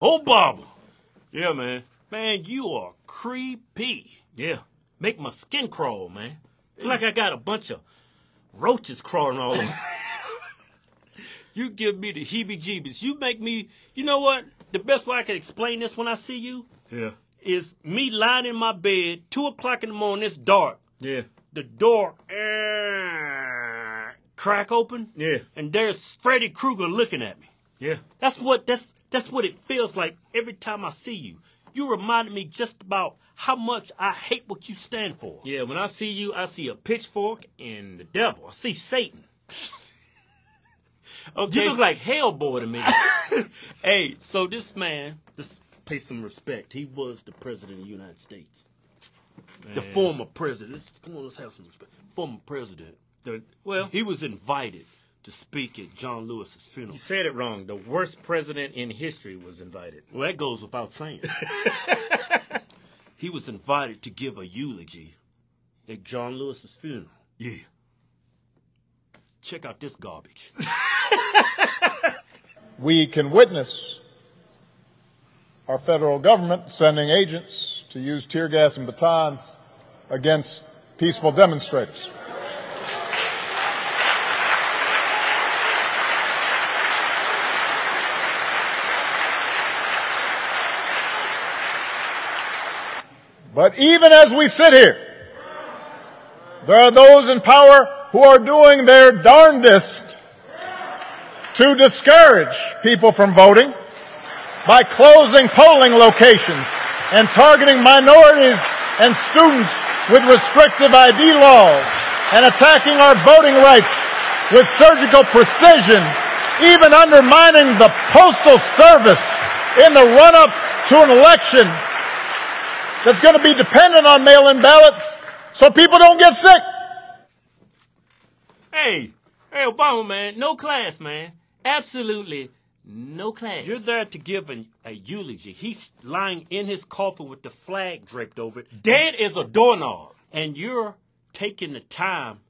Oh, Obama. Yeah, man. Man, you are creepy. Yeah. Make my skin crawl, man. It's like I got a bunch of roaches crawling all over. You give me the heebie jeebies. You make me, you know what? The best way I can explain this when I see you yeah. is me lying in my bed, 2 o'clock in the morning, it's dark. Yeah. The door eh, crack open, Yeah. and there's Freddy Krueger looking at me. Yeah. That's what that's that's what it feels like every time I see you. You reminded me just about how much I hate what you stand for. Yeah, when I see you, I see a pitchfork and the devil. I see Satan. Okay. You look like Hellboy to me. hey, so this man, just pay some respect. He was the president of the United States. The Man. former president. Let's- Come on, let's have some respect. Former president. The- well, He was invited to speak at John Lewis's funeral. you said it wrong. The worst president in history was invited. Well, that goes without saying. he was invited to give a eulogy at John Lewis's funeral. Yeah. Check out this garbage. we can witness our federal government sending agents to use tear gas and batons against peaceful demonstrators. But even as we sit here, there are those in power who are doing their darndest to discourage people from voting by closing polling locations and targeting minorities and students with restrictive ID laws and attacking our voting rights with surgical precision, even undermining the Postal Service in the run up to an election that's going to be dependent on mail in ballots so people don't get sick. Hey, hey, Obama, man, no class, man. Absolutely no class. You're there to give an, a eulogy. He's lying in his coffin with the flag draped over it. dead as a doorknob. and you're taking the time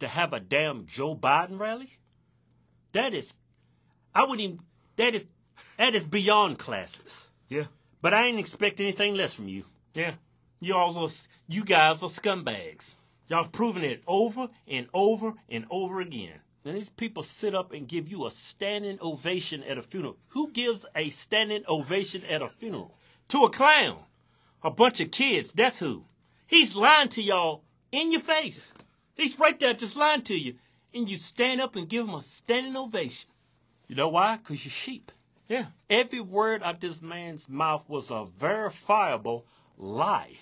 to have a damn Joe Biden rally? That is, I wouldn't even, that is, that is beyond classes. Yeah, But I ain't expect anything less from you. yeah. You also, you guys are scumbags. Y'all proving it over and over and over again. And these people sit up and give you a standing ovation at a funeral. Who gives a standing ovation at a funeral? To a clown, a bunch of kids. That's who. He's lying to y'all in your face. He's right there, just lying to you, and you stand up and give him a standing ovation. You know why? Because you're sheep. Yeah, Every word out this man's mouth was a verifiable lie.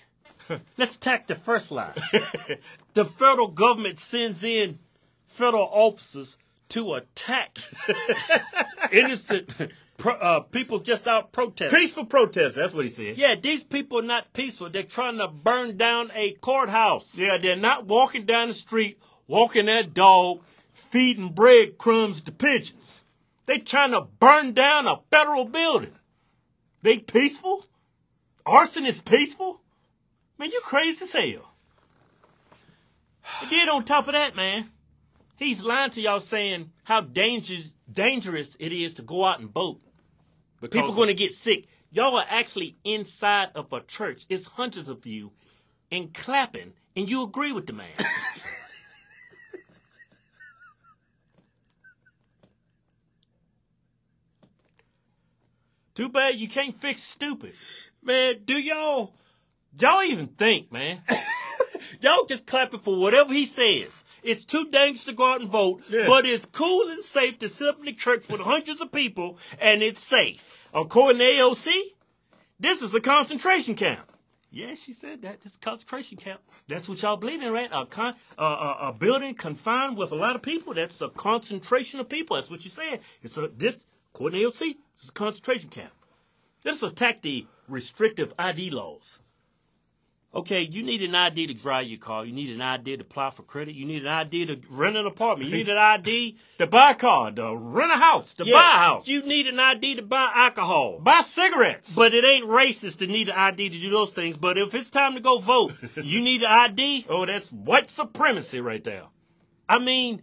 Let's tack the first line. the federal government sends in federal officers to attack innocent pro- uh, people just out protesting. peaceful protest. That's what he said. Yeah, these people are not peaceful. They're trying to burn down a courthouse. Yeah, they're not walking down the street, walking that dog, feeding breadcrumbs to pigeons. They trying to burn down a federal building. They peaceful? Arson is peaceful? Man, you crazy as hell. And then on top of that, man, he's lying to y'all saying how dangerous dangerous it is to go out and vote. People going to get sick. Y'all are actually inside of a church. It's hundreds of you and clapping, and you agree with the man. Too bad you can't fix stupid. Man, do y'all Y'all even think, man. Y'all just clapping for whatever he says. It's too dangerous to go out and vote, Yeah. but it's cool and safe to sit up in the church with hundreds of people, and it's safe. According to AOC, this is a concentration camp. Yeah, she said that. It's a concentration camp. That's what y'all believe in, right? A, con- a, a, a building confined with a lot of people. That's a concentration of people. That's what you said. It's a this according to AOC, this is a concentration camp. Let's attack the restrictive ID laws. Okay, you need an ID to drive your car. You need an ID to apply for credit. You need an ID to rent an apartment. You need an ID To buy a car, to rent a house, to to buy a house, You need an ID to buy alcohol. buy cigarettes. But it ain't racist to need an ID to do those things. But if it's time to go vote, you need an ID. Oh, that's white supremacy right there. I mean,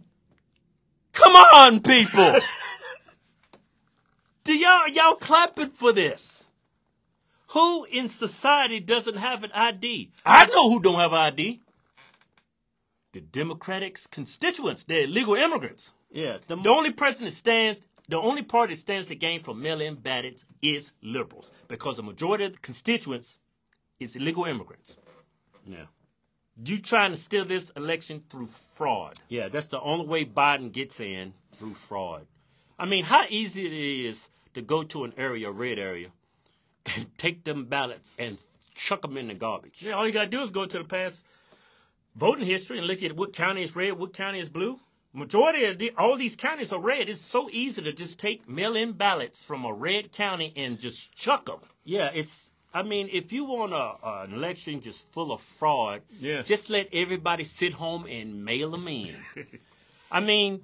come on, people. Do y'all y'all clapping for this? Who in society doesn't have an ID? I know who don't have an ID. The Democratic's constituents, they're illegal immigrants. Yeah, the, The only person that stands, the only party that stands to gain from mail-in ballots is liberals, because the majority of the constituents is illegal immigrants. yeah, You trying to steal this election through fraud? yeah. That's the only way Biden gets in through fraud. I mean, how easy it is to go to an area, a red area, and take them ballots and chuck them in the garbage. Yeah, all you gotta do is go to the past voting history and look at what county is red, what county is blue. Majority of the, all these counties are red. It's so easy to just take mail-in ballots from a red county and just chuck them. Yeah, it's. I mean, if you want a, a- an election just full of fraud, Yeah. just let everybody sit home and mail them in. I mean,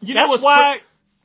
You that's what's why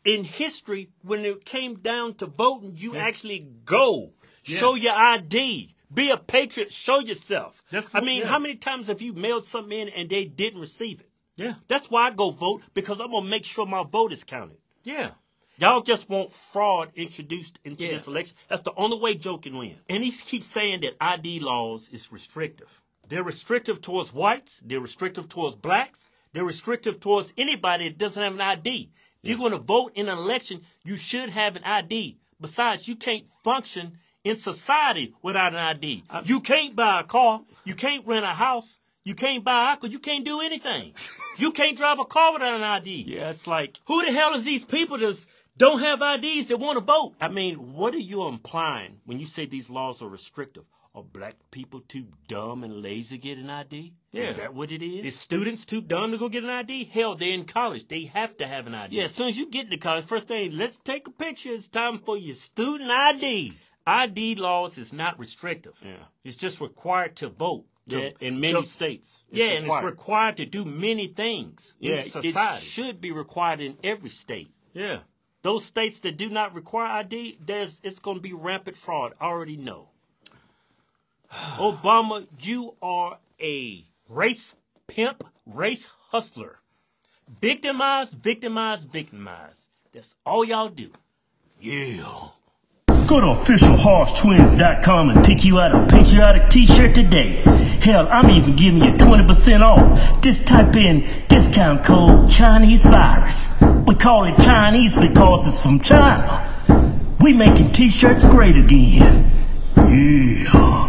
in history, when it came down to voting, you actually go show your ID, be a patriot, show yourself. That's I what- mean, yeah. how many times have you mailed something in and they didn't receive it? Yeah, That's why I go vote because I'm gonna make sure my vote is counted. yeah. Y'all just want fraud introduced into Yeah. this election. That's the only way Joe can win. And he keeps saying that ID laws is restrictive. They're restrictive towards whites. They're restrictive towards blacks. They're restrictive towards anybody that doesn't have an ID. If you're going to vote in an election, you should have an ID. Besides, you can't function in society without an ID. you can't buy a car. You can't rent a house. You can't buy alcohol. You can't do anything. you can't drive a car without an ID. Yeah, it's like Who the hell is these people that don't have IDs that want to vote? I mean, what are you implying when you say these laws are restrictive? Are black people too dumb and lazy to get an ID? Yeah. Is that what it is? Is students too dumb to go get an ID? Hell, they're in college. They have to have an ID. yeah, as soon as you get into college, first thing, let's take a picture. It's time for your student ID. ID laws is not restrictive. Yeah. It's just required to vote. to- Yeah, in many to- states. it's yeah, and it's required. required to do many things Yeah, in society. it should be required in every state. yeah. Those states that do not require ID, there's it's going to be rampant fraud. I already know. Obama, you are a Race pimp, race hustler. Victimize, victimize, victimize. That's all y'all do. yeah. Go to officialhorsetwins.com and pick you out a patriotic t-shirt today. Hell, I'm even giving you 20% off. Just type in discount code Chinese virus. We call it Chinese because it's from China. We making t-shirts great again. Yeah.